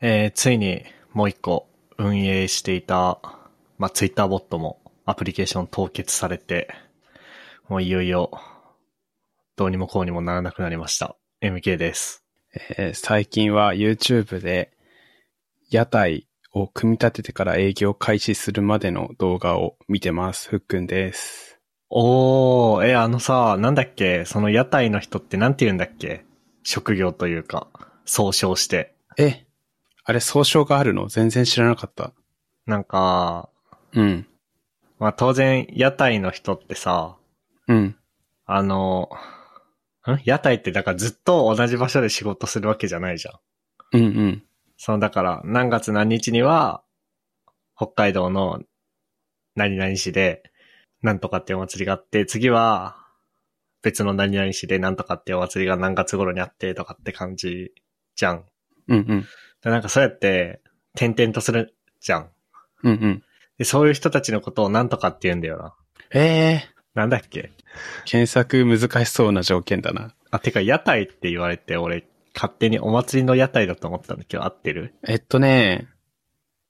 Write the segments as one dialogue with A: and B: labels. A: えーついにもう一個運営していた、まあ、ツイッターボットもアプリケーション凍結されて、もういよいよ、どうにもこうにもならなくなりました。MK です。
B: えー最近は YouTube で屋台を組み立ててから営業開始するまでの動画を見てます。ふっくんです。
A: おー、え、あのさ、なんだっけその屋台の人ってなんて言うんだっけ職業というか、総称して。
B: え、あれ総称があるの全然知らなかった。
A: なんか、
B: うん。
A: まあ、当然、屋台の人ってさ、
B: うん。
A: あの、ん屋台ってだからずっと同じ場所で仕事するわけじゃないじゃん。
B: うんうん。
A: その、だから、何月何日には、北海道の何々市で、なんとかっていうお祭りがあって、次は、別の何々市でなんとかっていうお祭りが何月頃にあって、とかって感じじゃん。
B: うんうん。
A: でなんかそうやって、点々とするじゃん。
B: うんうん。
A: で、そういう人たちのことをなんとかって言うんだよな。
B: えー、
A: なんだっけ
B: 検索難しそうな条件だな。
A: あ、てか、屋台って言われて、俺、勝手にお祭りの屋台だと思ったんだけど、合ってる
B: えっとね、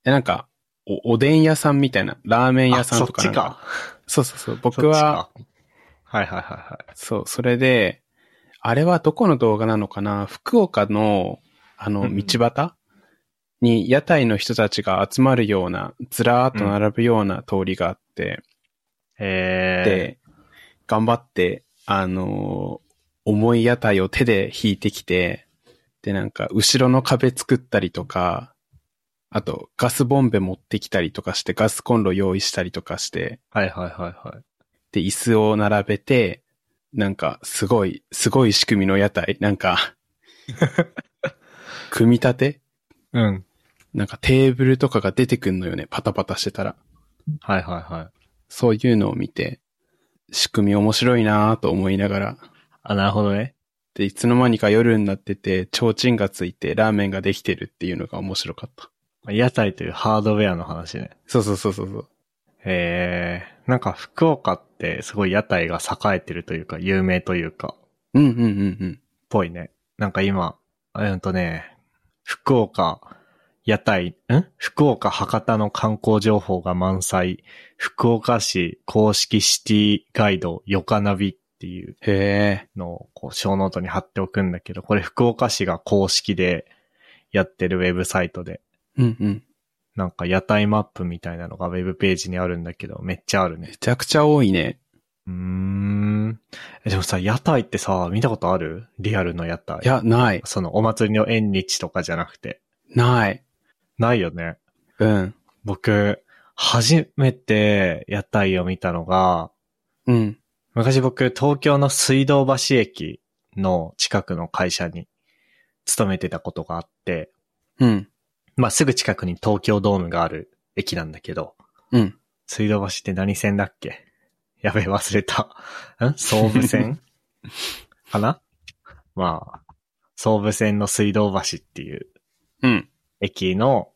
B: え、なんか、お、おでん屋さんみたいな、ラーメン屋さんとか
A: あそ
B: な
A: っ
B: ん
A: ち
B: か。
A: か。
B: そうそうそう。
A: そっ
B: 僕
A: ち
B: は、
A: か。はいはいはいはい。
B: そう、それで、あれはどこの動画なのかな福岡の、あ
A: うんう
B: の、
A: ん
B: 道端に屋台の人たちが集まるような、ずらーっと並ぶような通りがあって、
A: え
B: で、頑張って、あのー重い屋台を手で引いてきて、で、なんか、後ろの壁作ったりとか、あと、ガスボンベ持ってきたりとかして、ガスコンロ用意したりとかして、
A: ー、はいはいはいはい。
B: で、椅子を並べて、なんか、すごい、すごい仕組みの屋台。なんか、組み立て
A: うん。
B: なんかテーブルとかが出てくんのよね。パタパタしてたら。
A: はいはいはい。
B: そういうのを見て、仕組み面白いなぁと思いながら。
A: あ、なるほどね。
B: で、いつの間にか夜になってて、提灯がついて、ラーメンができてるっていうのが面白かった。
A: 屋台というハードウェアの話ね。
B: そうそうそうそうそう。
A: えー、なんか福岡ってすごい屋台が栄えてるというか、有名というか、
B: うんうんうんうん。ぽ
A: ぽい。ね。なんか今、うんとね、福岡、屋台、ん福岡博多の観光情報が満載、福岡市公式シティガイド、ヨカナビっていう
B: へえ。
A: のをこう、小ノートに貼っておくんだけど、これ福岡市が公式でやってるウェブサイトで、
B: うんうん。
A: なんか屋台マップみたいなのがウェブページにあるんだけど、めっちゃあるね
B: め。ちゃくちゃ多いね。
A: うーん。えでもさ、屋台ってさ、見たことあるリアルの屋台。
B: いや、ない。
A: そのお祭りの縁日とかじゃなくて。
B: ない。
A: ないよね。
B: うん。
A: 僕、初めて屋台を見たのが、
B: うん。
A: 昔僕、東京の水道橋駅の近くの会社に勤めてたことがあって、
B: うん。
A: まあ、すぐ近くに東京ドームがある駅なんだけど、
B: うん。
A: 水道橋って何線だっけやべえ、忘れた。ん総武線かなまあ、総武線の水道橋っていう
B: うん。
A: 駅の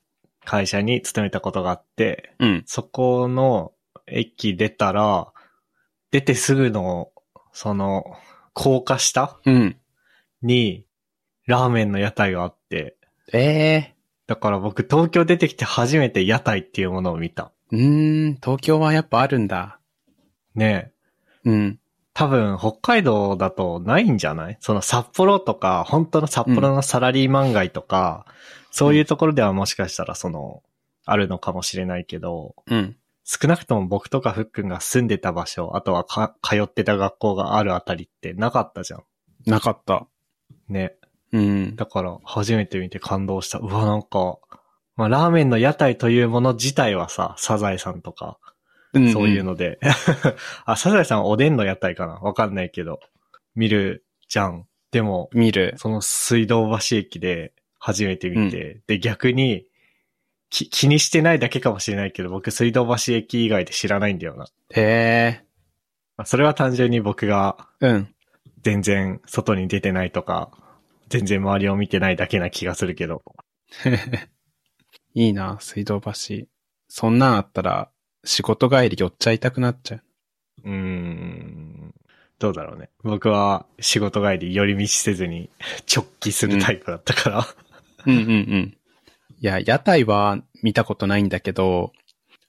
A: 会社に勤めたことがあって、
B: うん。
A: そこの駅出たら、出てすぐの、その、高架下
B: うん。
A: に、ラーメンの屋台があって、
B: ええ
A: だから僕東京出てきて初めて屋台っていうものを見た。
B: うーん、東京はやっぱあるんだ。
A: ねえ。
B: うん。
A: 多分、北海道だとないんじゃないその札幌とか、本当の札幌のサラリーマン街とか、そういうところではもしかしたらその、あるのかもしれないけど、
B: うん。
A: 少なくとも僕とかふっくんが住んでた場所、あとはか通ってた学校があるあたりってなかったじゃん。
B: なかった。
A: ね。
B: うん。
A: だから、初めて見て感動した。うわ、なんか、まあ、ラーメンの屋台というもの自体はさ、サザエさんとか、そういう
B: の。
A: ので。 あ、サザエさんはおでんの屋台かなわかんないけど。見るじゃん。でも、
B: 見る。
A: その水道橋駅で初めて見て、で、逆に、き、気にしてないだけかもしれないけど、僕水道橋駅以外で知らないんだよな。
B: へえ。
A: まあそれは単純に僕が
B: うん。
A: 全然外に出てないとか、全然周りを見てないだけな気がするけど。
B: いいな、水道橋。そんなんあったら、仕事帰り寄っちゃいたくなっちゃ
A: うーん。どうだろうね。僕は仕事帰り寄り道せずに直帰するタイプだったから。
B: う。うんうんうん。いや、屋台は見たことないんだけど、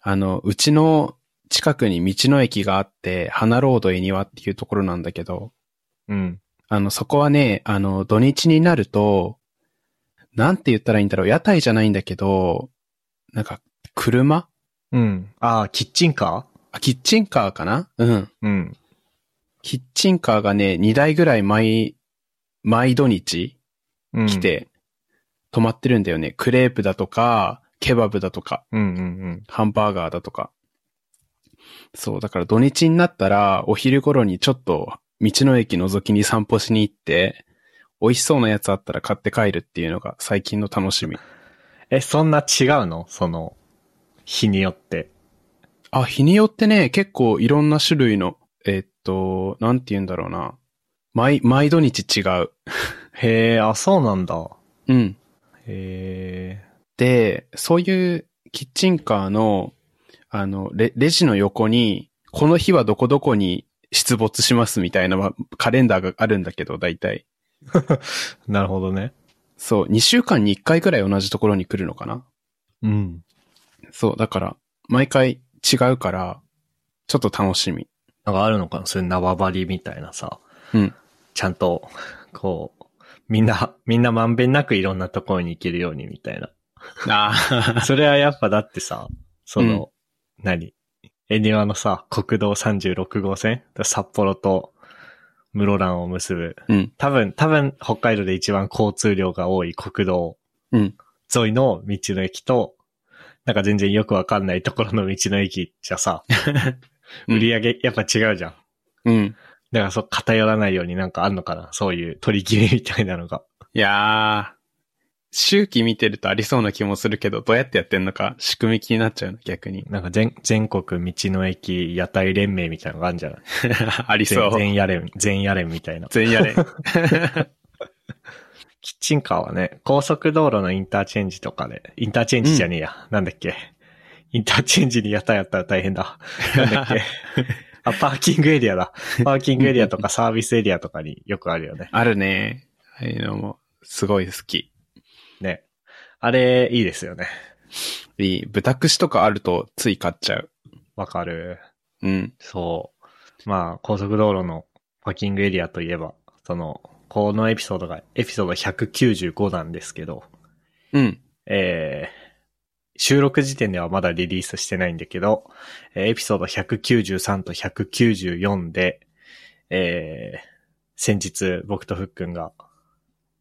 B: あの、うちの近くに道の駅があって、花ロード恵庭っていうところなんだけど、
A: うん。
B: あの、そこはね、あの、土日になると、なんて言ったらいいんだろう、屋台じゃないんだけど、なんか、車
A: うん。ああ、キッチンカ
B: あ、キッチンカーかなうん。
A: ーうん。
B: キッチンカーがね、2台ぐらい毎、毎土日
A: うん。
B: 来。て、止まってるんだよね。クレープだとか、ケバブだとか、
A: うんうん
B: ハンバーガーだとか。そう、だから土日になったら、お昼頃にちょっと、道の駅覗きに散歩しに行って、美味しそうなやつあったら買って帰るっていうのが最近の楽しみ。
A: うん。え、そんな違うのその、日によって。
B: あ、日によってね、結構いろんな種類の、えっと、なんて言うんだろうな。毎、毎土日違う。
A: へえ、あ、そうなんだ。
B: うん。
A: へえ。
B: で、そういうキッチンカーの、あの、レ、レジの横に、この日はどこどこに出没しますみたいなまカレンダーがあるんだけど、大体。
A: なるほどね。
B: そう、2週間に1回くらい同じところに来るのかな。
A: うん。
B: そう、だから、毎回違うから、ちょっと楽しみ。
A: なんかあるのかなそういう縄張りみたいなさ。
B: うん。
A: ちゃんと、こう、みんな、みんなまんべんなくいろんなところに行けるようにみた いな。
B: あ
A: それはやっぱだってさ、その、何恵庭のさ、国道36号線札幌と室蘭を結ぶ。
B: うん、
A: 多分、多分、北海道で一番交通量が多い国道
B: うん。
A: 沿いの道の駅と、なんか全然よくわかんないところの道の駅じゃさ、
B: うん
A: 売り上げやっぱ違うじゃん。
B: うん。
A: だからそう偏らないようになんかあんのかなそういう取り決めみたいなのが。。
B: いやー、周期見てるとありそうな気もするけど、どうやってやってんのか、仕組み気になっちゃうの、逆に
A: なんか全、全国道の駅屋台連盟みたいなのがあるんじゃない
B: ありそ
A: 全
B: う。
A: 全やれん、全やれんみたいな。
B: 全やれ。
A: キッチンカーはね、高速道路のインターチェンジとかで、インターチェンジじゃねえや。なんだっけ。インターチェンジに屋台やったら大変だ。なんだっ け。あ、パーキングエリアだ。パーキングエリアと かサービスエリアとかによくあるよね。
B: あるね。ああいうのも、すごい好き。
A: ね。あれ、いいですよね。
B: いい。豚串とかあると、つい買っちゃう。
A: わかる。
B: うん。
A: そう。まあ、高速道路のパーキングエリアといえば、その、このエピソードが、エピソード195なんですけど、
B: うん。
A: えー収録時点ではまだリリースしてないんだけど、えーエピソード193と194で、えー先日僕とふっくんが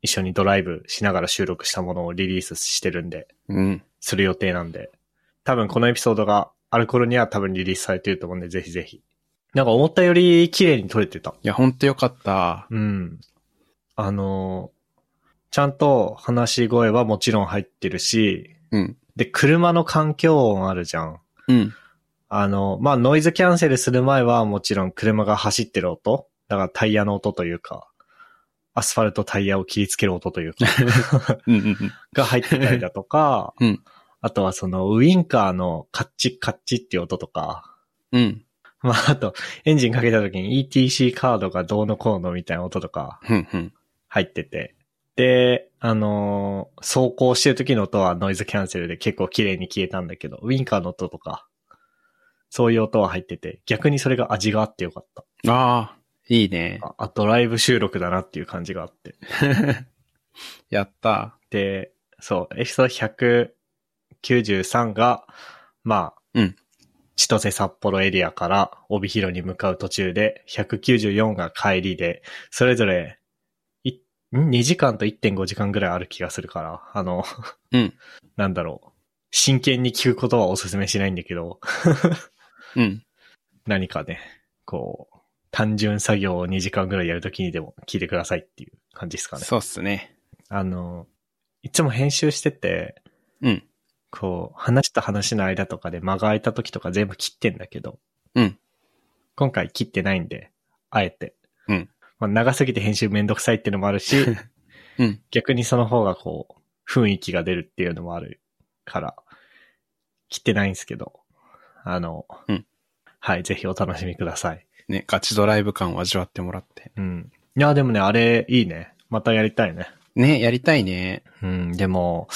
A: 一緒にドライブしながら収録したものをリリースしてるんで、
B: うん。
A: する予定なんで、多分このエピソードがある頃には多分リリースされてると思うんで、ぜひぜひ。なんか思ったより綺麗に撮れてた。
B: いや、ほんとよかった。
A: うん。あのーちゃんと話し声はもちろん入ってるし、
B: うん。
A: で、車の環境音あるじゃん。
B: うん。
A: あの、まあ、ノイズキャンセルする前はもちろん車が走ってる音だからタイヤの音というか、アスファルトタイヤを切りつける音と いうか、
B: うんうんうん。
A: が入ってたりだとか、
B: うん
A: あとはそのウインカーのカッチカッチっていう音とか、
B: うん。
A: まあ、あと、エンジンかけた時に ETC カードがどうのこうのみたいな音とか
B: うんうん。
A: 入ってて、で、あのー走行してる時の音はノイズキャンセルで結構綺麗に消えたんだけど、ウインカーの音とか、そういう音は入ってて、逆にそれが味があってよかった。
B: ああ、いいね。
A: あ、あドライブ収録だなっていう感じがあって。
B: やった。
A: で、そう、エピソード193が、まあ、
B: うん
A: 千歳札幌エリアから帯広に向かう途中で、194が帰りで、それぞれ、いん ?2 時間と1.5時間ぐらいある気がするから、あの、
B: うん。
A: なんだろう。真剣に聞くことはお勧めしないんだけど、
B: うん。
A: 何かね、こう、単純作業を2時間ぐらいやるときにでも聞いてくださいっていう感じですかね。
B: そうっすね。
A: あの、いつも編集してて、
B: うん。
A: こう、話と話の間とかで間が空いた時とか全部切ってんだけど。
B: うん
A: 今回切ってないんで、あえて。
B: うん
A: まあ、長すぎて編集めんどくさいっていうのもあるし、
B: うん。
A: 逆にその方がこう、雰囲気が出るっていうのもあるから、切ってないんですけど。あの、
B: うん
A: はい、ぜひお楽しみください。
B: ね、ガチドライブ感を味わってもらって。
A: うん。いや、でもね、あれ、いいね。またやりたいね。
B: ね、やりたいね。
A: うん、でも、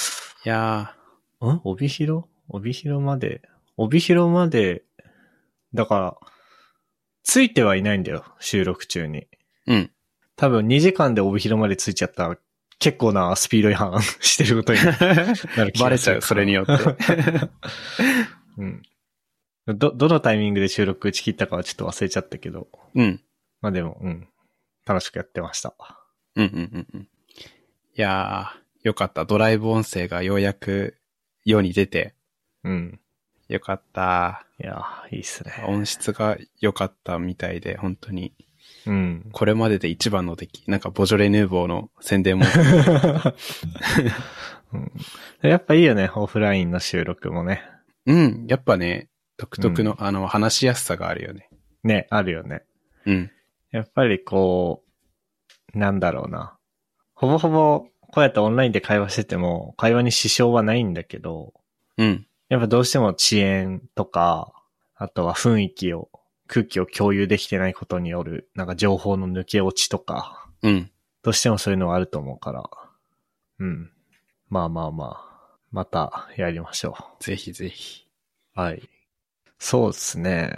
B: いやー
A: ん帯広帯広まで、帯広まで、だから、ついてはいないんだよ、収録中に。
B: うん。
A: 多分2時間で帯広までついちゃったら、結構なスピード違反 してることになる気がする
B: バレちゃう、それによって。
A: うん。ど、どのタイミングで収録打ち切ったかはちょっと忘れちゃったけど。
B: うん。
A: まあでも、うん。楽しくやってました。
B: うんうんうんうん。いやー、よかった。ドライブ音声がようやく世に出て、
A: うん。
B: よかった。
A: いやー、いいっすね。
B: 音質が良かったみたいで、本当に。
A: うん。
B: これまでで一番の出来。なんか、ボジョレ・ヌーボーの宣伝も。
A: うんやっぱいいよね、オフラインの収録もね。
B: うん。やっぱね、独特の、あの、話しやすさがあるよね。
A: ね、あるよね。
B: うん。
A: やっぱりこう、なんだろうな。ほぼほぼ、こうやってオンラインで会話してても、会話に支障はないんだけど、
B: うん。
A: やっぱどうしても遅延とか、あとは雰囲気を、空気を共有できてないことによる、なんか情報の抜け落ちとか、
B: うん。
A: どうしてもそういうのはあると思うから、うん。まあまあまあ、またやりましょ
B: ぜひぜひ。
A: う。はい。そうですね。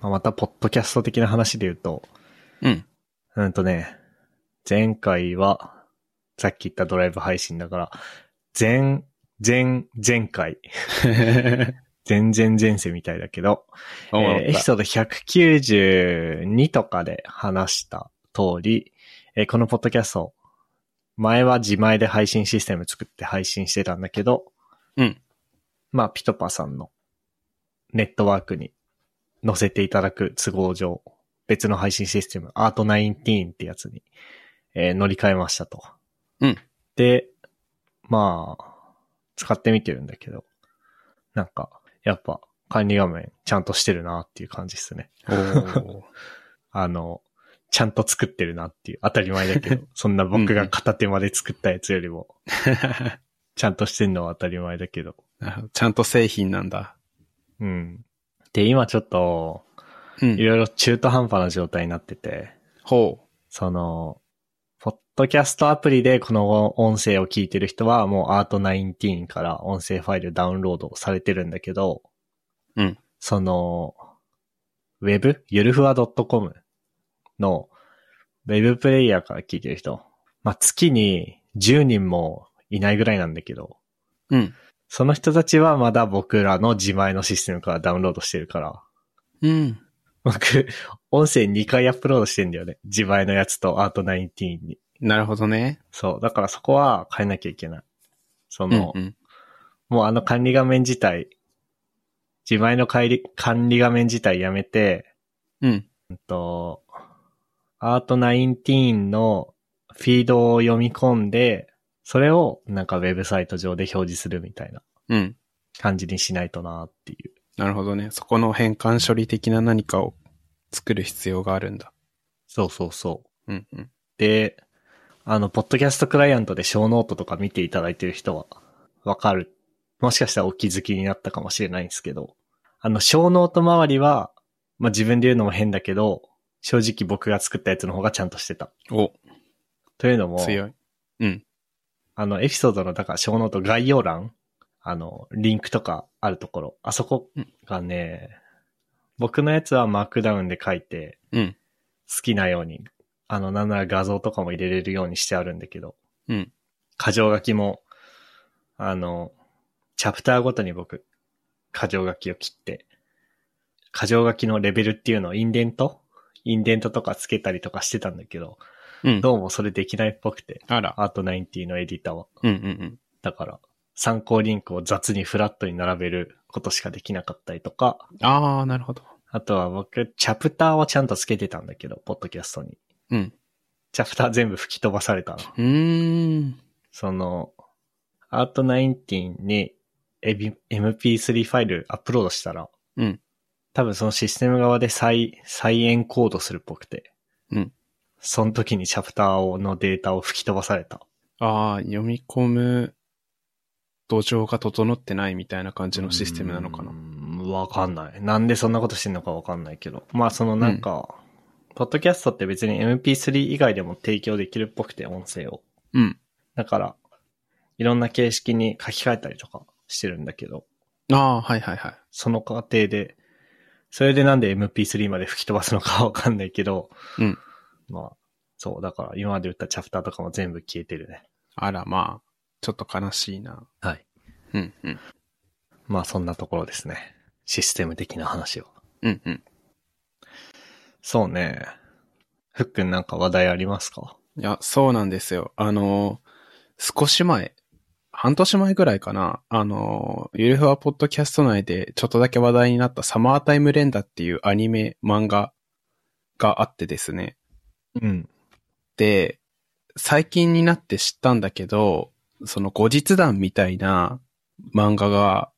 A: まあまた、ポッドキャスト的な話で言うと、
B: うん。
A: うんとね、前回は、さっき言ったドライブ配信だから、前、前、前回、前前前世みたいだけど、
B: おもろ
A: えーエ
B: かっ
A: ピ
B: た
A: ソード192とかで話した通り、えーこのポッドキャスト、前は自前で配信システム作って配信してたんだけど、
B: うん。
A: まあ、ピトパさんのネットワークに載せていただく都合上、別の配信システム、アート19ってやつに、えー乗り換えましたと。
B: うん。
A: で、まあ、使ってみてるんだけど、なんか、やっぱ管理画面ちゃんとしてるなっていう感じですね。
B: おー
A: あの、ちゃんと作ってるなっていう、当たり前だけど、そんな僕が片手まで作ったやつよりも、ちゃんとしてるのは当たり前だけど。
B: なるほどちゃんと製品なんだ。
A: うん。で、今ちょっと、
B: う
A: い
B: ん。
A: ろいろ中途半端な状態になってて、
B: ほ
A: その、ポッドキャストアプリでこの音声を聞いてる人はもうアート19から音声ファイルダウンロードされてるんだけど、
B: うん
A: その、ウェブゆるふわ .com のウェブプレイヤーから聞いてる人。まあ、月に10人もいないぐらいなんだけど、
B: う。うん。
A: その人たちはまだ僕らの自前のシステムからダウンロードしてるから、
B: うん。
A: 僕、音声2回アップロードしてんだよね。自前のやつとアート19に。
B: なるほどね。
A: そう。だからそこは変えなきゃいけない。その、
B: うんうん
A: もうあの管理画面自体、自前の管理管理画面自体やめて、
B: うん。
A: うんと、アート19のフィードを読み込んで、それをなんかウェブサイト上で表示するみたいな
B: うん。
A: 感じにしないとなっていう。
B: なるほどね。そこの変換処理的な何かを作る必要があるんだ。
A: そうそうそう。
B: うんうん。
A: で、あの、ポッドキャストクライアントで小ノートとか見ていただいてる人はわかる。もしかしたらお気づきになったかもしれないんですけど、あの、小ノート周りは、まあ、自分で言うのも変だけど、正直僕が作ったやつの方がちゃんとしてた。
B: お、
A: というのも、
B: 強い。うん。
A: あの、エピソードの、だから小ノート概要欄、あの、リンクとかあるところ、あそこがね、僕のやつはマークダウンで書いて、
B: うん。
A: 好きなように、あの、なんなら画像とかも入れれるようにしてあるんだけど、
B: うん。
A: 箇条書きも、あの、チャプターごとに僕、箇条書きを切って、箇条書きのレベルっていうのをインデントインデントとかつけたりとかしてたんだけど、
B: うん。
A: どうもそれできないっぽくて、
B: あら。
A: アート90のエディターは。
B: うんうん
A: だから、参考リンクを雑にフラットに並べることしかできなかったりとか、
B: うん。ああ、なるほど。
A: あとは僕、チャプターをちゃんとつけてたんだけど、ポッドキャストに。
B: うん。
A: チャプター全部吹き飛ばされたな。
B: うーん。
A: その、アート19にエビ MP3 ファイルアップロードしたら、
B: うん。
A: 多分そのシステム側で再、再エンコードするっぽくて。
B: うん。
A: その時にチャプターをのデータを吹き飛ばされた。
B: ああ、読み込む土壌が整ってないみたいな感じのシステムなのかな
A: う。ーんわかんない。なんでそんなことしてんのかわかんないけど。まあそのなんか、ポッドキャストって別に MP3 以外でも提供できるっぽくて、音声を。
B: うん。
A: だから、いろんな形式に書き換えたりとかしてるんだけど、
B: ああ、はいはいはい。
A: その過程で、それでなんで MP3 まで吹き飛ばすのかわかんないけど、
B: うん
A: まあ、そう、だから今まで打ったチャプターとかも全部消えてるね。
B: あら、まあ、ちょっと悲しいな。
A: はい。
B: うんうん。
A: まあそんなところですね。システム的な話を。
B: うんうん。
A: そうね。ふっくんなんか話題ありますか
B: いや、そうなんですよ。あの、少し前、半年前ぐらいかな、あの、ゆるふわポッドキャスト内でちょっとだけ話題になったサマータイム連打っていうアニメ漫画があってですね。
A: うん。
B: で、最近になって知ったんだけど、その後日談みたいな漫画が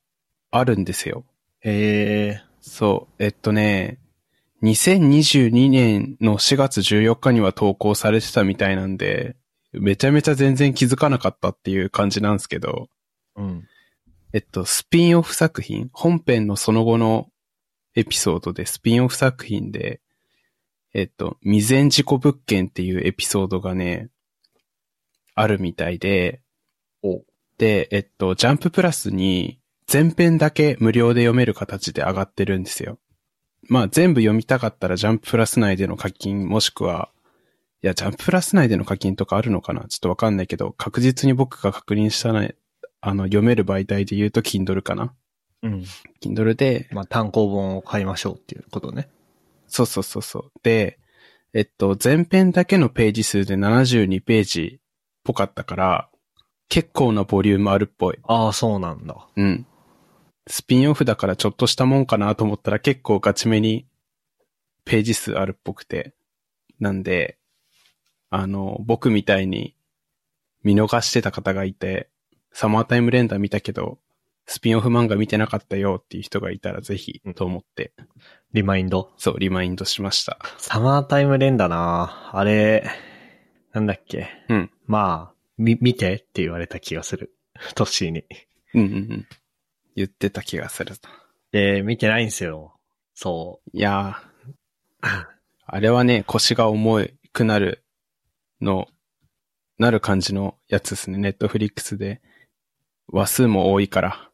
B: あるんですよ。
A: へえ。
B: そう、えっとね、2022年の4月14日には投稿されてたみたいなんで、めちゃめちゃ全然気づかなかったっていう感じなんですけど、
A: うん。
B: えっと、スピンオフ作品、本編のその後のエピソードでスピンオフ作品で、えっと、未然事故物件っていうエピソードがね、あるみたいで、
A: お
B: で、えっと、ジャンププラスに全編だけ無料で読める形で上がってるんですよ。まあ全部読みたかったらジャンププラス内での課金もしくは、いや、ジャンププラス内での課金とかあるのかなちょっとわかんないけど、確実に僕が確認したなあの、読める媒体で言うと Kindle かな。
A: うん。
B: Kindle で、
A: まあ単行本を買いましょうっていうことね。
B: そうそうそうそう。で、えっと、前編だけのページ数で72ページっぽかったから、結構なボリュームあるっぽい。
A: ああ、そうなんだ。
B: うん。スピンオフだからちょっとしたもんかなと思ったら結構ガチめにページ数あるっぽくて。なんで、あの、僕みたいに見逃してた方がいて、サマータイムレンダー見たけど、スピンオフ漫画見てなかったよっていう人がいたらぜひと思って、
A: リマインド。
B: そう、リマインドしました。
A: サマータイム連打なあれ、なんだっけ。
B: うん。
A: まあ、み、見てって言われた気がする。 トッシーに。
B: うんうんうん。言ってた気がする。
A: で、見てないんですよ。そ
B: いやー。あれはね、腰が重くなるの、なる感じのやつですね。ネットフリックスで。話数も多いから。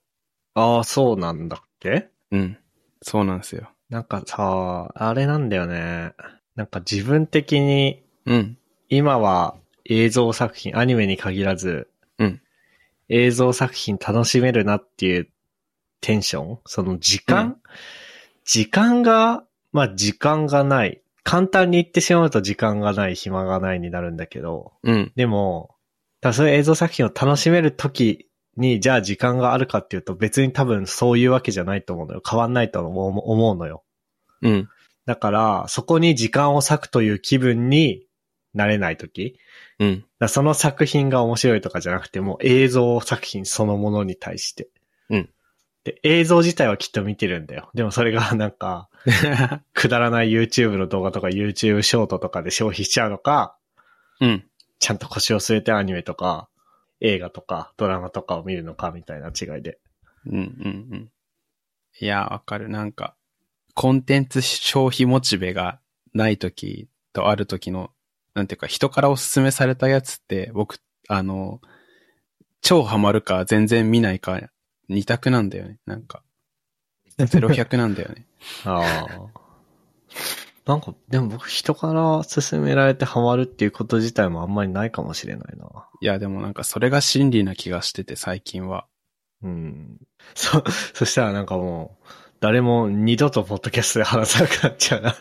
A: う。ああ、そうなんだっけ
B: うん。そうなんですよ。
A: なんかさ、あれなんだよね。なんか自分的に
B: うん。
A: 今は映像作品、アニメに限らず、
B: うん
A: 映像作品楽しめるなっていうテンションその時間、
B: うん
A: 時間が、まあ時間がない。簡単に言ってしまうと時間がない、暇がないになるんだけど、
B: うん。
A: でも、ただそういう映像作品を楽しめるときに、じゃあ時間があるかっていうと別に多分そういうわけじゃないと思うのよ。変わんないと思う思うのよ。
B: うん。
A: だから、そこに時間を割くという気分になれないとき。
B: うん。
A: だからその作品が面白いとかじゃなくて、もう映像作品そのものに対して。
B: うん。
A: で、映像自体はきっと見てるんだよ。でもそれがなんか、くだらない YouTube の動画とか YouTube ショートとかで消費しちゃうのか、
B: うん。
A: ちゃんと腰を据えてアニメとか、映画とかドラマとかを見るのかみたいな違いで。
B: うん。うん。うん。いやー、わかる。なんか、コンテンツ消費モチベがない時とある時の、なんていうか、人からおすすめされたやつって、僕、あの、超ハマるか全然見ないか、二択なんだよね。なんか、ゼロ百なんだよね。
A: ああ。なんか、でも僕人から勧められてハマるっていうこと自体もあんまりないかもしれないな。
B: いや、でもなんかそれが真理な気がしてて、最近は。
A: うん。そ、 そしたらなんかもう、誰も二度とポッドキャストで話さなくなっちゃうな。だ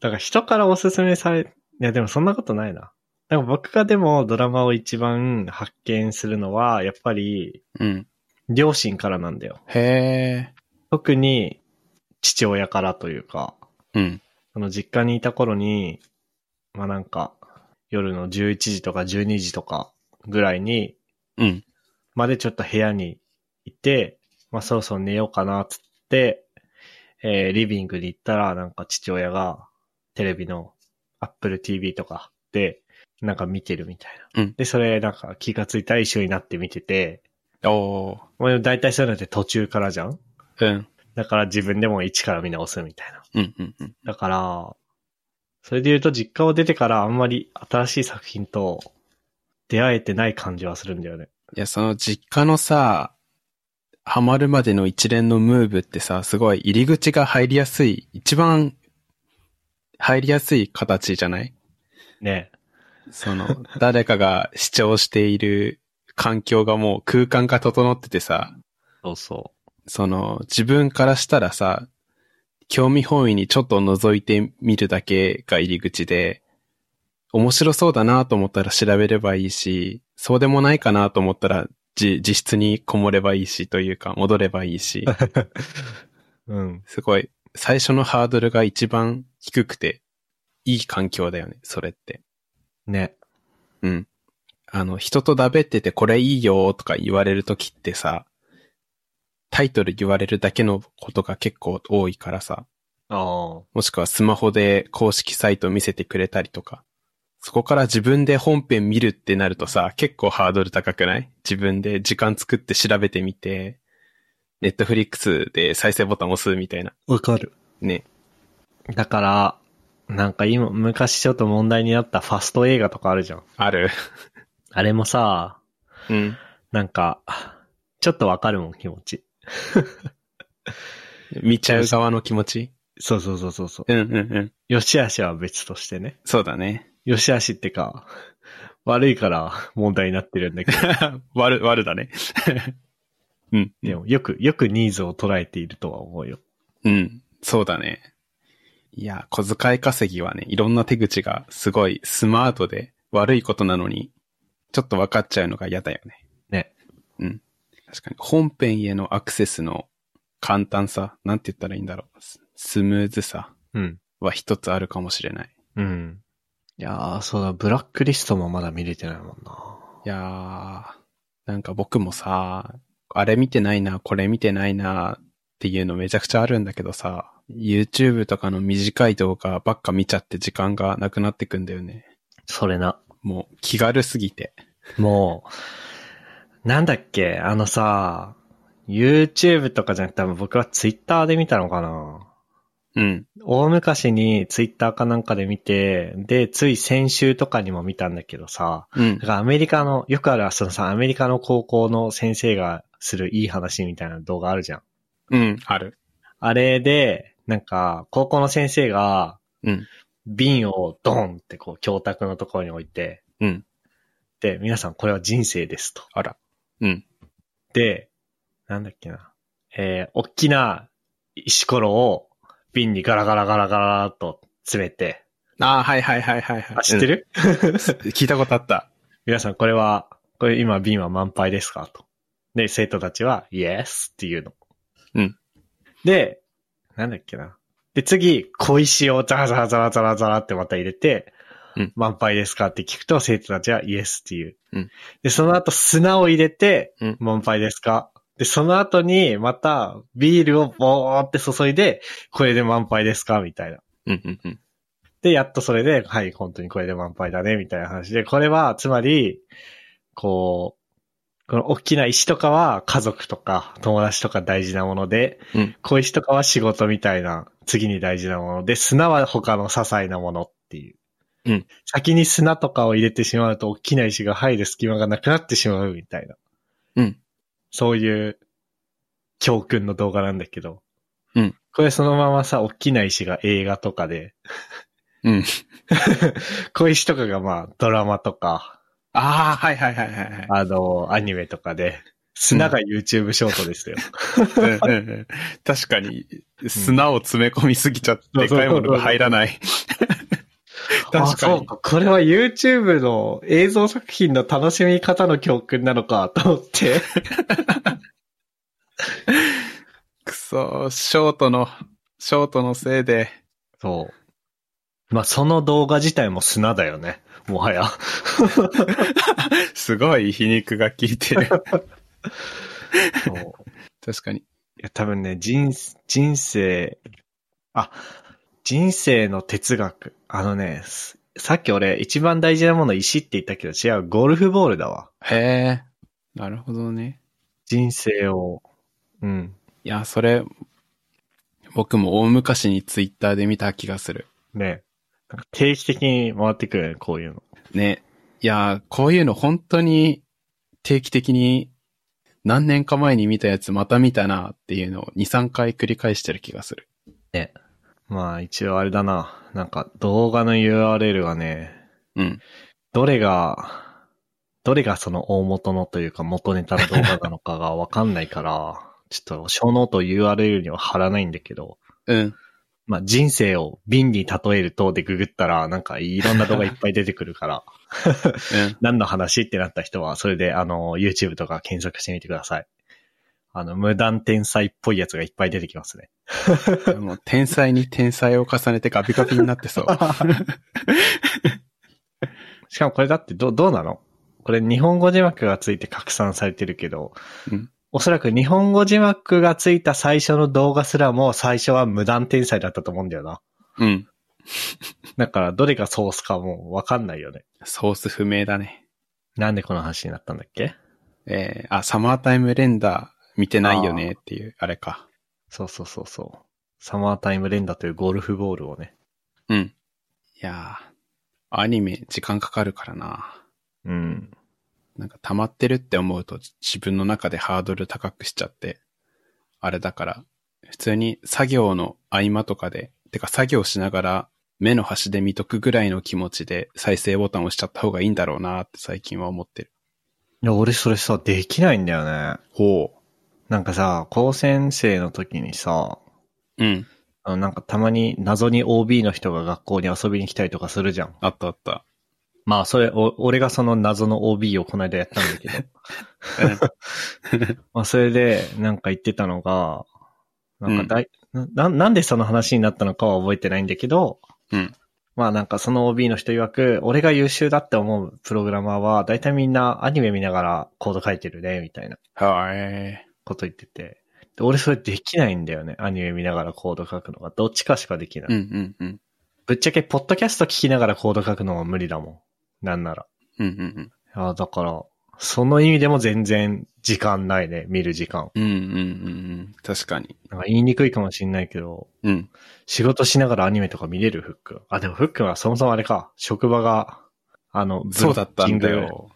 A: から人からおすすめされ、いやでもそんなことないな。なんか僕がでもドラマを一番発見するのは、やっぱり、
B: うん。
A: 両親からなんだよ。
B: へ
A: 特に、父親からというか、
B: え。うん。
A: その実家にいた頃に、まあなんか、夜の11時とか12時とかぐらいに、
B: うん。
A: までちょっと部屋にいて、まあそろそろ寝ようかなっつって、えーリビングに行ったらなんか父親がテレビの Apple TV とかでなんか見てるみたいな。
B: うん
A: で、それなんか気がついたら一緒になって見てて、
B: おー。
A: もう大体そういうのって途中からじゃん
B: うん。
A: だから自分でも一から見直すみたいな。
B: うん。うん。うん。
A: だから、それで言うと実家を出てからあんまり新しい作品と出会えてない感じはするんだよね。
B: いや、その実家のさ、ハマるまでの一連のムーブってさ、すごい入り口が入りやすい、一番入りやすい形じゃない
A: ね。
B: その、誰かが視聴している環境がもう空間が整っててさ、
A: そうそ
B: その、自分からしたらさ、興味本位にちょっと覗いてみるだけが入り口で、面白そうだなと思ったら調べればいいし、そうでもないかなと思ったら、じ、自室にこもればいいしというか、戻ればいいし、
A: う。うん。
B: すごい、最初のハードルが一番低くて、いい環境だよね、それって。
A: ね。
B: うん。あの、人とだべっててこれいいよとか言われるときってさ、タイトル言われるだけのことが結構多いからさ、
A: あ
B: もしくはスマホで公式サイト見せてくれたりとか、そこから自分で本編見るってなるとさ、結構ハードル高くない自分で時間作って調べてみて、ネットフリックスで再生ボタン押すみたいな。
A: あ。わかる。
B: ね。
A: だから、なんか今、昔ちょっと問題になったファスト映画とかあるじゃん。
B: ある
A: あれもさ、
B: うん。
A: なんか、ちょっとわかるもん、気持ち。
B: 見ちゃう側の気持ち
A: そうそうそうそうそう。
B: うんうんうん。
A: よしあしは別としてね。
B: そうだね。
A: よしあしってか、悪いから問題になってるん だけど、
B: 悪、悪だね。 うん。
A: でもよく、よくニーズを捉えているとは思うよ。
B: うん、そうだね。いや、小遣い稼ぎはね、いろんな手口がすごいスマートで悪いことなのに、ちょっと分かっちゃうのが嫌だよね。
A: ね。
B: うん。確かに、本編へのアクセスの簡単さ、なんて言ったらいいんだろう。ススムーズさ
A: うん。
B: は一つあるかもしれない。
A: うん。いやー、そうだ、ブラックリストもまだ見れてないもんな。
B: いやー、なんか僕もさ、あれ見てないな、これ見てないな、っていうのめちゃくちゃあるんだけどさ、YouTube とかの短い動画ばっか見ちゃって時間がなくなってくんだよね。
A: それな。
B: もう気軽すぎて。
A: もう、なんだっけ、あのさ、YouTube とかじゃなくて多分僕は Twitter で見たのかな。
B: うん。
A: 大昔に Twitter かなんかで見て、で、つい先週とかにも見たんだけどさ、
B: うん
A: だ。からアメリカの、よくある、そのさ、アメリカの高校の先生がするいい話みたいな動画あるじゃん。
B: うん。ある。
A: あれで、なんか、高校の先生が、
B: うん。
A: 瓶をドンってこう、教託のところに置いて、
B: うん。
A: で、皆さんこれは人生ですと。
B: あら。うん。
A: で、なんだっけな。えー、おっきな石ころを瓶にガラガラガラガラっと詰めて、
B: あーはいはいはいはいはい。
A: あ、知ってる、
B: うん聞いたことあった。
A: 皆さんこれは、これ今瓶は満杯ですかと。で、生徒たちは、イエスっていうの。
B: うん。
A: で、なんだっけな。で、次、小石をザラザラザラザラザラってまた入れて、
B: うん
A: 満杯ですかって聞くと生徒たちはイエスっていう。
B: うん
A: で、その後砂を入れて、
B: うん
A: 満杯ですかで、その後にまたビールをボーって注いで、これで満杯ですかみたいな。
B: うんうんうん。
A: で、やっとそれで、はい、本当にこれで満杯だね、みたいな話で、これは、つまり、こう、この大きな石とかは家族とか友達とか大事なもので、
B: うん
A: 小石とかは仕事みたいな、次に大事なもので、砂は他の些細なものっていう。
B: うん
A: 先に砂とかを入れてしまうと、大きな石が入る隙間がなくなってしまうみたいな。
B: うん。
A: そういう教訓の動画なんだけど。
B: うん。
A: これそのままさ、大きな石が映画とかで、
B: うん。
A: 小石とかがまあ、ドラマとか、
B: ああ、はいはいはいはいはい。
A: あの、アニメとかで、砂が YouTube ショートですよ。
B: うんうんうん確かに、砂を詰め込みすぎちゃって、
A: うん
B: でかいものが入らない。 確かに
A: あそうか、これは YouTube の映像作品の楽しみ方の教訓なのか、と思って。
B: くそー、ショートの、ショートのせいで。
A: そう。まあ、その動画自体も砂だよね。もはや。
B: すごい皮肉が効いて る。
A: そう。い
B: 確かに。
A: や、多分ね、人、人生、あ、人生の哲学。あのね、すさっき俺、一番大事なもの石って言ったけど、違う、ゴルフボールだわ。
B: へえ。なるほどね。
A: 人生を、うん。
B: いや、それ、僕も大昔にツイッターで見た気がする。
A: ね。なんか定期的に回ってくるよね、こういうの。
B: ね。いや、こういうの本当に定期的に何年か前に見たやつまた見たなっていうのを2、3回繰り返してる気がする。
A: ね。まあ一応あれだな。なんか動画の URL がね、
B: うん。
A: どれが、どれがその大元のというか元ネタの動画なのかがわかんないから、ちょっと小ノート URL には貼らないんだけど、
B: うん。
A: まあ人生を瓶に例えるとでググったらなんかいろんな動画いっぱい出てくるから、 何の話ってなった人はそれであの YouTube とか検索してみてください。あの無断天才っぽいやつがいっぱい出てきますね。
B: うん。もう天才に天才を重ねてガビガビになってそう。
A: しかもこれだってど、どうなのこれ日本語字幕がついて拡散されてるけど、
B: うん
A: おそらく日本語字幕がついた最初の動画すらも最初は無断天才だったと思うんだよな。
B: うん。
A: だからどれがソースかもうわかんないよね。
B: ソース不明だね。
A: なんでこの話になったんだっけ
B: えー、あ、サマータイムレンダー見てないよねっていう、あれか。
A: そうそうそうそう。サマータイム連打というゴルフボールをね。
B: うん。いやー、アニメ時間かかるからな。
A: うん。
B: なんか溜まってるって思うと自分の中でハードル高くしちゃって、あれだから、普通に作業の合間とかで、てか作業しながら目の端で見とくぐらいの気持ちで再生ボタンを押しちゃった方がいいんだろうなって最近は思ってる。
A: いや、俺それさ、できないんだよね。
B: ほ
A: なんかさ、高専生の時にさ、
B: う。うん。
A: あのなんかたまに謎に OB の人が学校に遊びに来たりとかするじゃん。
B: あったあった。
A: まあ、それ、お俺がその謎の OB をこの間やったんだけど。まあ、それで、なんか言ってたのが、なんかだい、な、なんでその話になったのかは覚えてないんだけど、
B: うん。
A: まあなんかその OB の人曰く、俺が優秀だって思うプログラマーは、だいたいみんなアニメ見ながらコード書いてるね、みたいな
B: はい。
A: こと言ってて。で俺それできないんだよね。アニメ見ながらコード書くのが。どっちかしかできない。
B: うんうんうん。
A: ぶっちゃけ、ポッドキャスト聞きながらコード書くのは無理だもん。なんなら。
B: うんうん
A: ああ、だから、その意味でも全然時間ないね、見る時間。
B: うん。うんうんうん。確かに。
A: なんか言いにくいかもしんないけど、
B: うん。
A: 仕事しながらアニメとか見れるフックン。あ、でもフックンはそもそもあれか、職場が、あの、
B: そうだったんだ
A: ブロッキング
B: よ。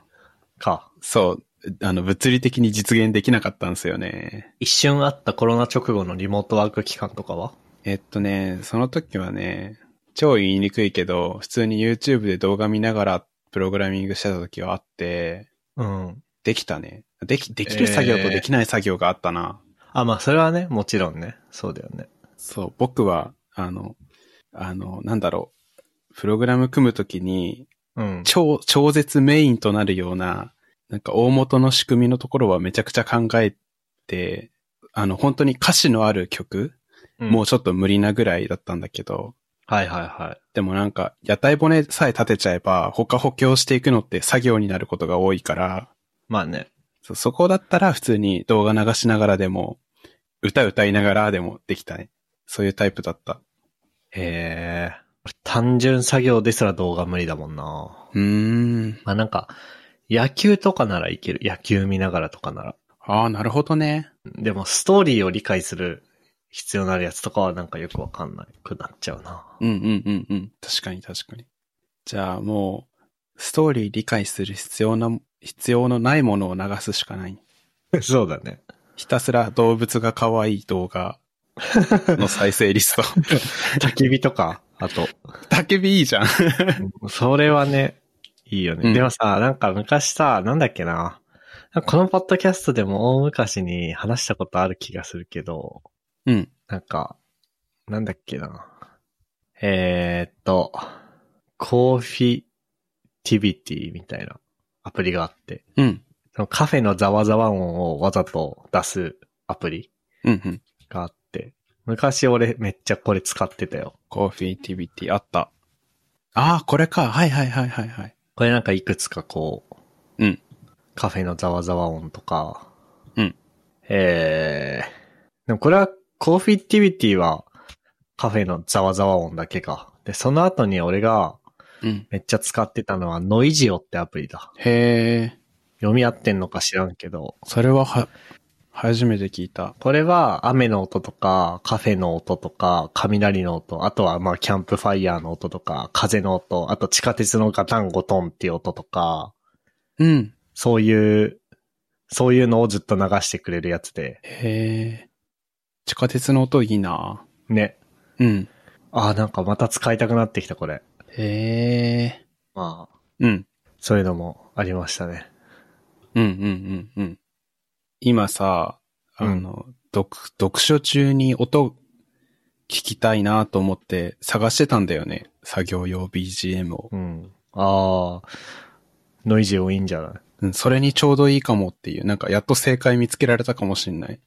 A: か。
B: そう。あの、物理的に実現できなかったんですよね。
A: 一瞬あったコロナ直後のリモートワーク期間とかは
B: えっとね、その時はね、超言いにくいけど、普通に YouTube で動画見ながらプログラミングしてた時はあって、
A: うん。
B: できたね。でき、できる作業とできない作業があったな。
A: あ、まあそれはね、もちろんね。そうだよね。
B: そう、僕は、あの、あの、なんだろう。プログラム組む時に、
A: うん。
B: 超、超絶メインとなるような、なんか大元の仕組みのところはめちゃくちゃ考えて、あの、本当に歌詞のある曲、
A: うん
B: もうちょっと無理なぐらいだったんだけど、
A: はいはいはい。
B: でもなんか、屋台骨さえ立てちゃえば、他補強していくのって作業になることが多いから、
A: まあね。
B: そ、そこだったら普通に動画流しながらでも、歌歌いながらでもできたね。そういうタイプだった。
A: へえ。単純作業ですら動画無理だもんな。
B: うーん。
A: まあなんか、野球とかならいける。野球見ながらとかなら。
B: ああ、なるほどね。
A: でも、ストーリーを理解する必要のあるやつとかはなんかよくわかんないくなっちゃうな。
B: うんうんうんうん。確かに確かに。じゃあもう、ストーリー理解する必要な、必要のないものを流すしかない。
A: そうだね。
B: ひたすら動物が可愛い動画の再生リ スト。
A: 焚き火とか、あと。
B: 焚き火いいじゃん。
A: それはね、いいよね。
B: うん
A: でもさ、なんか昔さ、なんだっけな。このポッドキャストでも大昔に話したことある気がするけど、
B: うん。
A: なんか、なんだっけな。えー、っと、コーフィティビティみたいなアプリがあって、
B: うん。
A: そのカフェのざわざわ音をわざと出すアプリ
B: うんうん。
A: があって、昔俺めっちゃこれ使ってたよ。
B: コーフィーティビティあった。ああ、これか。はいはいはいはいはい。
A: これなんかいくつかこう、
B: うん。
A: カフェのざわざわ音とか、
B: うん。
A: えー、でもこれはコーフィティビティはカフェのざわざわ音だけか。で、その後に俺が
B: うん。
A: めっちゃ使ってたのはノイジオってアプリだ。
B: へえ。
A: 読み合ってんのか知らんけど、
B: それはは、初めて聞いた。
A: これは雨の音とか、カフェの音とか、雷の音、あとはまあキャンプファイヤーの音とか、風の音、あと地下鉄のガタンゴトンっていう音とか、
B: うん。
A: そういうそういうのをずっと流してくれるやつで、
B: へえ。地下鉄の音いいな
A: ね。
B: うん。
A: ああ、なんかまた使いたくなってきた、これ。
B: へえ。
A: まあ、
B: うん。
A: そういうのもありましたね。
B: うんうんうんうん。今さ、あの、読、読書中に音聞きたいなと思って探してたんだよね。作業用 BGM を。
A: うん。ああ、ノイジー多いんじゃない
B: うん、それにちょうどいいかもっていう、なんかやっと正解見つけられたかもしんない。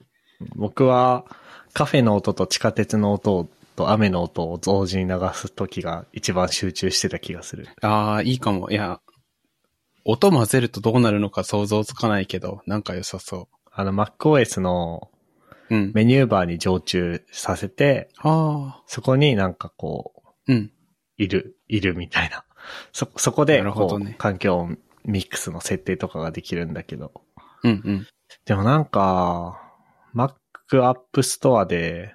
A: 僕はカフェの音と地下鉄の音と雨の音を同時に流すときが一番集中してた気がする。
B: ああ、いいかも。いや、音混ぜるとどうなるのか想像つかないけど、なんか良さそ
A: あの MacOS の
B: う。うん。
A: メニューバーに常駐させて、
B: ああ、
A: そこになんかこう、
B: うん。
A: いる、いるみたいな。そ、そこで
B: なるほ
A: こ
B: ど
A: う、
B: ね
A: 環境音ミックスの設定とかができるんだけど。
B: うんうん。
A: でもなんか、Mac App Store で、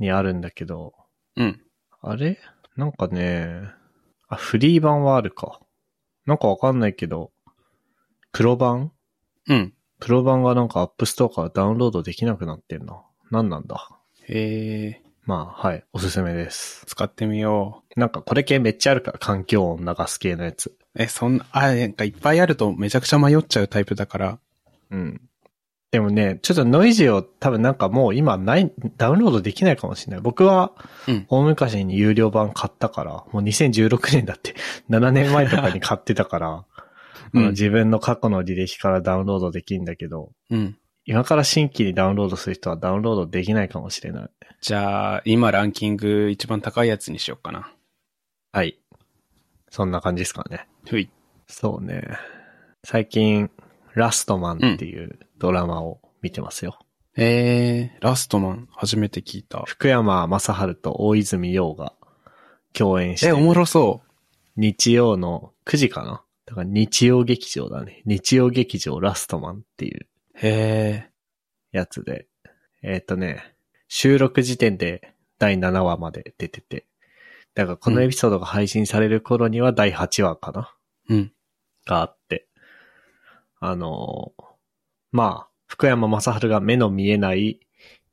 A: にあるんだけど、
B: うん。
A: あれなんかね、あ、フリー版はあるか。なんかわかんないけど、プロ版
B: うん。
A: プロ版がなんかアップストアからダウンロードできなくなってんな。なんなんだ
B: へえ、
A: まあ、はい、おすすめです。
B: 使ってみよ
A: なんかこれ系めっちゃあるから、環境音流す系のやつ。
B: う。え、そんな、あ、なんかいっぱいあるとめちゃくちゃ迷っちゃうタイプだから。
A: うん。でもね、ちょっとノイジーを多分なんかもう今ない、ダウンロードできないかもしれない。僕は
B: うん、
A: 大昔に有料版買ったから、もう2016年だって、7年 前とかに買ってたから、
B: うん
A: あの自分の過去の履歴からダウンロードできるんだけど、
B: うん。
A: 今から新規にダウンロードする人はダウンロードできないかもしれない。
B: じゃあ、今ランキング一番高いやつにしようかな。
A: はい。そんな感じですかね。
B: ふい。
A: そうね。最近、ラストマンっていうドラマを見てますよ。
B: えー、ラストマン、初めて聞いた。
A: 福山雅治と大泉洋が共演して
B: え、
A: る
B: おもろそ
A: 日曜の9時かなだから日曜劇場だね。日曜劇場ラストマンっていう
B: う。へ
A: やつで。えーっ、とね、収録時点で第7話まで出てて。だからこのエピソードが配信される頃には第8話かな、
B: え。うん。
A: があって。あのーまあ、福山雅治が目の見えない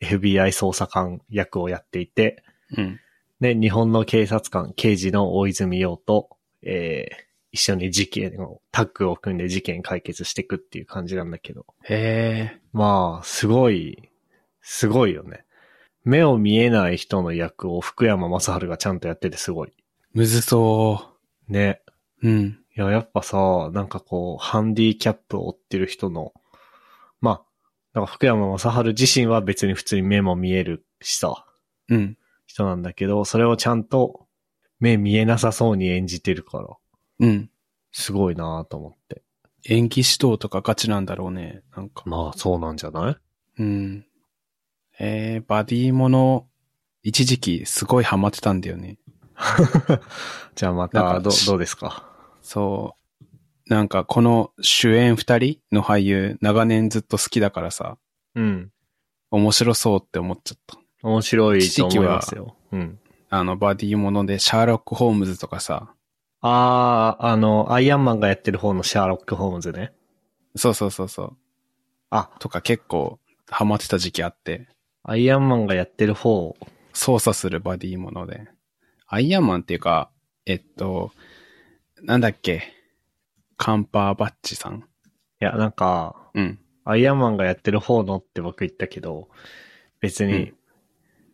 A: FBI 捜査官役をやっていて、
B: うん。
A: で、日本の警察官、刑事の大泉洋と、えー、一緒に事件を、タッグを組んで事件解決していくっていう感じなんだけど。
B: へえ。
A: まあ、すごい、すごいよね。目を見えない人の役を福山雅治がちゃんとやっててすごい。
B: むずそ
A: ね。
B: う。うん。
A: いや、やっぱさ、なんかこう、ハンディキャップを負ってる人の、まあ、なんか福山雅治自身は別に普通に目も見えるしさ、
B: うん。
A: 人なんだけど、それをちゃんと目見えなさそうに演じてるから、
B: うん。
A: すごいなぁと思って。
B: 演技指導とかガチなんだろうね。なんか。
A: まあ、そうなんじゃない
B: うん。えー、バディもの、一時期すごいハマってたんだよね。
A: じゃあま
B: なん
A: た、
B: か
A: どう、
B: し
A: どうですか
B: そう。なんかこの主演二人の俳優、長年ずっと好きだからさ、
A: うん。
B: 面白そうって思っちゃった。
A: 面白いと思いますよ。うん。
B: あの、バディもので、シャーロック・ホームズとかさ、
A: ああ、あの、アイアンマンがやってる方のシャーロック・ホームズね。
B: そうそうそうそう、
A: あ、
B: とか結構ハマってた時期あって、
A: アイアンマンがやってる方。
B: 操作するバディもので。アイアンマンっていうか、えっと、なんだっけ、カンパーバッチさん。
A: いや、なんか、
B: うん。
A: アイアンマンがやってる方のって僕言ったけど、別に、
B: うん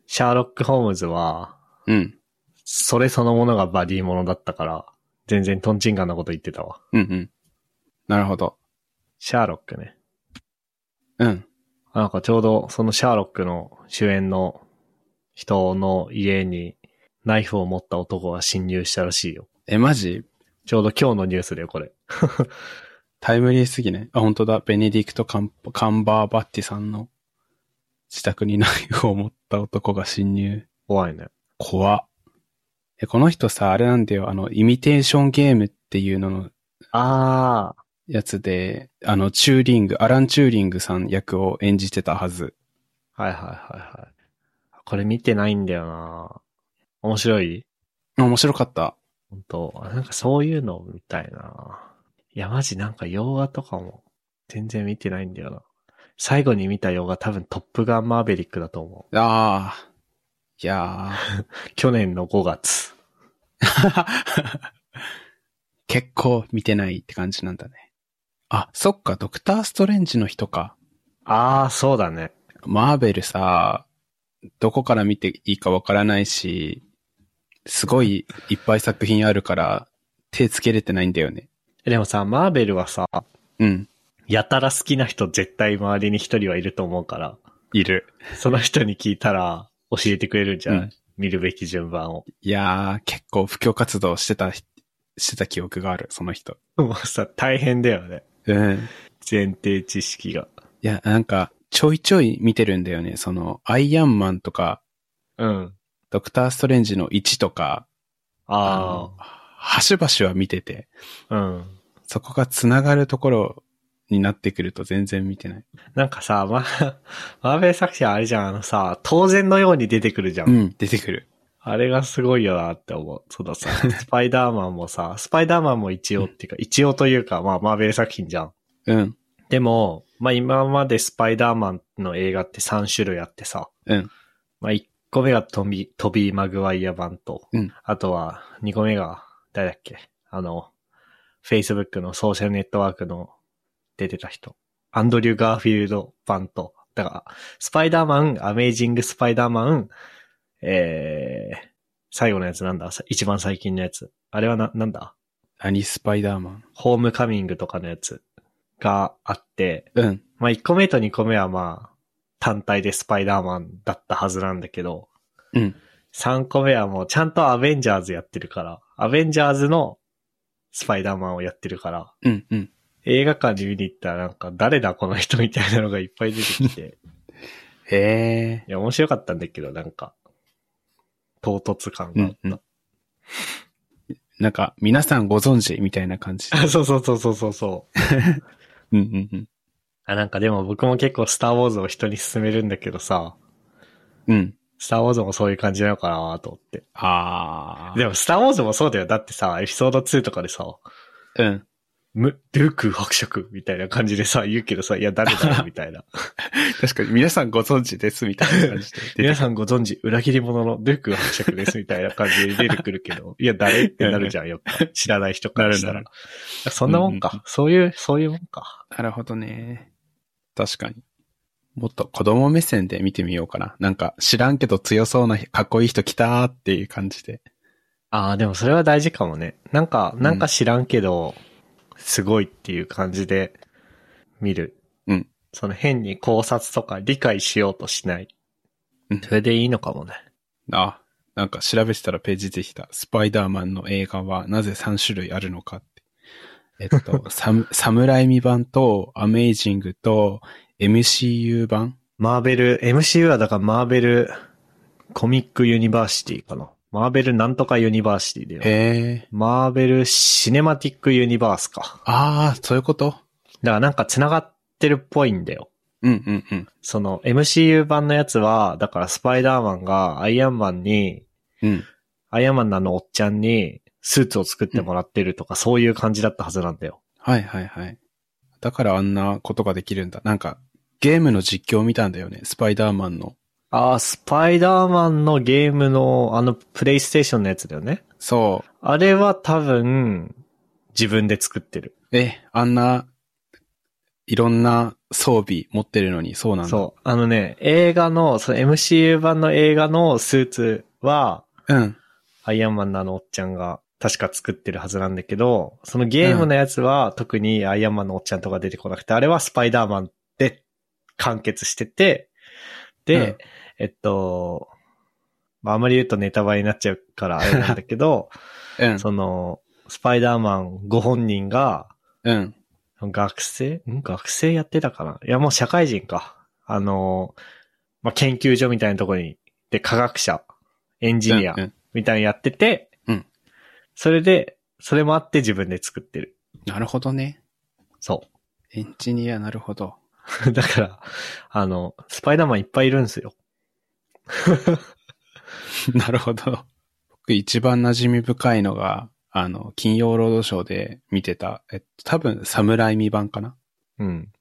A: シャーロック・ホームズは、
B: うん。
A: それそのものがバディものだったから、全然トンチンカンなこと言ってたわ。
B: うんうん。なるほど。
A: シャーロックね。
B: うん。
A: なんかちょうど、そのシャーロックの主演の人の家に、ナイフを持った男が侵入したらしいよ。
B: え、マジ
A: ちょうど今日のニュースだよ、これ。
B: タイムリーすぎね。あ、本当だ。ベネディクトカン・カンバーバッチさんの自宅にナイフを持った男が侵入。
A: 怖いね。
B: 怖っえ、この人さ、あれなんだよ。あの、イミテーションゲームっていうのの
A: ああ、
B: やつで、あの、チューリング、アラン・チューリングさん役を演じてたはず。
A: はいはいはいはい。これ見てないんだよな面白い
B: あ面白かった。
A: 本当なんかそういうのみたいないや、マジなんか洋画とかも全然見てないんだよな。最後に見たようが多分トップガンマーベリックだと思
B: ああ。いや
A: う。去年の5月。
B: ー。 結構見てないって感じなんだね。あ、そっか、ドクターストレンジの人か。
A: ああ、そうだね。
B: マーベルさ、どこから見ていいかわからないし、すごいいっぱい作品あるから、手つけれてないんだよね。
A: でもさ、マーベルはさ、
B: うん。
A: やたら好きな人絶対周りに一人はいると思うから、
B: いる。
A: その人に聞いたら教えてくれるんじゃない、
B: うん
A: 見るべき順番を。
B: いやー、結構布教活動してた、してた記憶がある、その人。
A: もうさ、大変だよね。
B: うん。
A: 前提知識が。
B: いや、なんか、ちょいちょい見てるんだよね。その、アイアンマンとか、
A: うん。
B: ドクターストレンジの1とか、
A: あ
B: の端々は見てて、
A: あ、うん。
B: そこが繋がるところになってくると全然見てない。
A: なんかさ、ま、 マーベル作品あれじゃん、あのさ、当然のように出てくるじゃん。
B: うん、出てくる。
A: あれがすごいよなって思う。そのさ、スパイダーマンもさ、スパイダーマンも一応っていうか、一応というか、まあ、マーベル作品じゃん。
B: うん、
A: でも、まあ今までスパイダーマンの映画って3種類あってさ、
B: うん、
A: まあ1個目がトビトビー・マグワイア版と、
B: うん
A: あとは2個目が、誰だっけあの、Facebook のソーシャルネットワークの出てた人、アンドリュー・ガーフィールド版と、だから、スパイダーマン、アメイジング・スパイダーマン、えー、最後のやつなんださ一番最近のやつ。あれはな、なんだ
B: 何スパイダーマン。
A: ホームカミングとかのやつがあって、
B: うん、
A: まあ、1個目と2個目はまあ、単体でスパイダーマンだったはずなんだけど、
B: うん。
A: 3個目はもうちゃんとアベンジャーズやってるから、アベンジャーズのスパイダーマンをやってるから、
B: うん、うん。
A: 映画館に見に行ったらなんか誰だこの人みたいなのがいっぱい出てき て、
B: へえ。
A: いや面白かったんだけどなんか、唐突感があった。
B: うんうんなんか、皆さんご存知みたいな感 じ。
A: あそうそうそうそうそうそう。
B: うん、うん、うん。
A: あ、なんかでも僕も結構スターウォーズを人に勧めるんだけどさ、
B: うん。
A: スターウォーズもそういう感じなのかなと思って。
B: あー。
A: でも、スターウォーズもそうだよ。だってさ、エピソード2とかでさ、
B: うん。
A: む、ルーク伯爵みたいな感じでさ、言うけどさ、いや、誰だ よ、みたいな。
B: 確かに、皆さんご存知です、みたいな感じで。
A: 皆さんご存知、裏切り者のルーク伯爵です、みたいな感じで出てくるけ ど、いや、誰ってなるじゃん、よっぱ 知らない人からした
B: な
A: ら。
B: る
A: そんなもん
B: うんう
A: か。そういう、そういうもんか。
B: なるほどね。確かに。もっと子供目線で見てみようかな。なんか知らんけど強そうなかっこいい人来たーっていう感じで。
A: ああ、でもそれは大事かもね。なんか、
B: うん
A: なんか知らんけど、すごいっていう感じで、見る。
B: うん。
A: その変に考察とか理解しようとしない。
B: うん
A: それでいいのかもね。
B: あ、なんか調べてたらページ出てきた。スパイダーマンの映画はなぜ3種類あるのかって。えっ と、サム、サムライミ版と、アメイジングと、MCU 版
A: マーベル、MCU はだからマーベルコミックユニバーシティかな。マーベルなんとかユニバーシティだよ。
B: へえ。
A: マーベルシネマティックユニバースか。
B: あー、そういうこと
A: だからなんか繋がってるっぽいんだよ。
B: うんうんうん。
A: その MCU 版のやつは、だからスパイダーマンがアイアンマンに、
B: うん。
A: アイアンマンのあのおっちゃんにスーツを作ってもらってるとか、そういう感じだったはずなんだよ。
B: はいはいはい。だからあんなことができるんだ。なんか、ゲームの実況を見たんだよね。スパイダーマンの。
A: ああ、スパイダーマンのゲームのあのプレイステーションのやつだよね。
B: そ
A: あれは多分自分で作ってる。
B: う。え、あんな、いろんな装備持ってるのにそうなんだ。
A: そう。あのね、映画の、その MCU 版の映画のスーツは、
B: う。うん。
A: アイアンマンのあのおっちゃんが確か作ってるはずなんだけど、そのゲームのやつは、特にアイアンマンのおっちゃんとか出てこなくて、あれはスパイダーマンで完結してて、で、
B: うん
A: えっと、まあ、あまり言うとネタバレになっちゃうからあれなんだけど、
B: うん。
A: その、スパイダーマンご本人が、
B: うん。
A: 学生ん学生やってたかないや、もう社会人か。あのー、まあ、研究所みたいなところに、で、科学者、エンジニア
B: うん、うん
A: みたいなのやってて、
B: うん
A: それで、それもあって自分で作ってる。
B: なるほどね。
A: そ
B: エンジニア、なるほど。
A: う。 だから、あの、スパイダーマンいっぱいいるんですよ。
B: なるほど。僕一番馴染み深いのが、あの、金曜ロードショーで見てた、えっと、多分、サムライミ版かな
A: うん。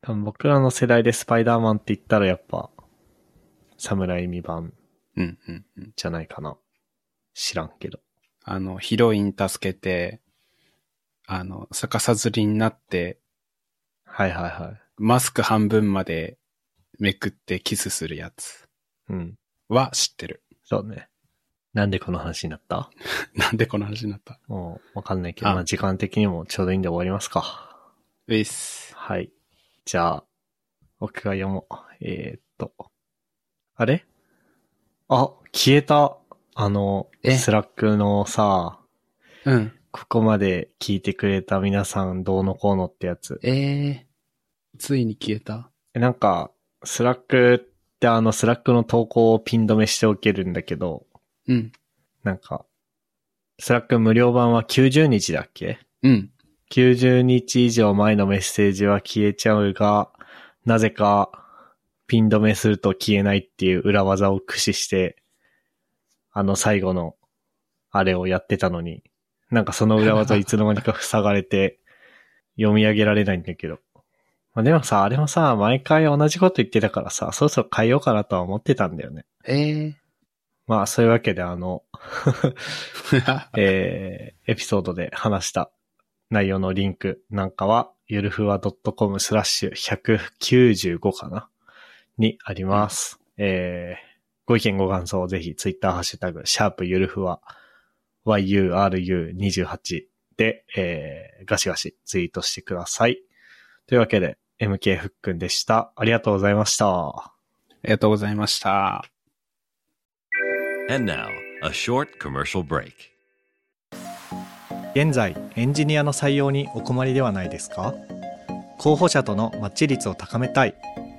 A: 多分僕らの世代でスパイダーマンって言ったらやっぱ、侍ミ版
B: うんうんうん。
A: じゃないかな。知らんけど。
B: あの、ヒロイン助けて、あの、逆さずりになって、
A: はいはいはい。
B: マスク半分までめくってキスするやつ
A: うん。
B: は知ってる。
A: そうね。なんでこの話になった
B: なんでこの話になった
A: もう、わかんないけど、
B: あ
A: まあ時間的にもちょうどいいんで終わりますか。
B: ういっす。
A: はい。じゃあ、僕が読もう。えー、っと。あれあ、消えた。あの、
B: え
A: スラックのさ、
B: うん。
A: ここまで聞いてくれた皆さんどうのこうのってやつ。
B: ええついに消えた
A: えなんか、スラックってあの、スラックの投稿をピン止めしておけるんだけど、
B: うん。
A: なんか、スラック無料版は90日だっけ
B: うん。
A: 90日以上前のメッセージは消えちゃうが、なぜかピン止めすると消えないっていう裏技を駆使して、あの最後のあれをやってたのに、なんかその裏技いつの間にか塞がれて読み上げられないんだけど。まあ、でもさ、あれもさ、毎回同じこと言ってたからさ、そろそろ変えようかなとは思ってたんだよね。
B: ええ
A: まあそういうわけであの、えーエピソードで話した内容のリンクなんかは、ゆるふわ .com スラッシュ195かなにあります。えーご意見ご感想をぜひ、ツイッターハッシュタグ、シャープゆるふわ、yuru28 で、えーガシガシツイートしてください。というわけで、MK ふっくんでした。ありがとうございました。
B: ありがとうございました。
C: And now, a short commercial break.
A: 現在エンジニアの採用にお困りではないですか候補者とのマッチ率を高めたい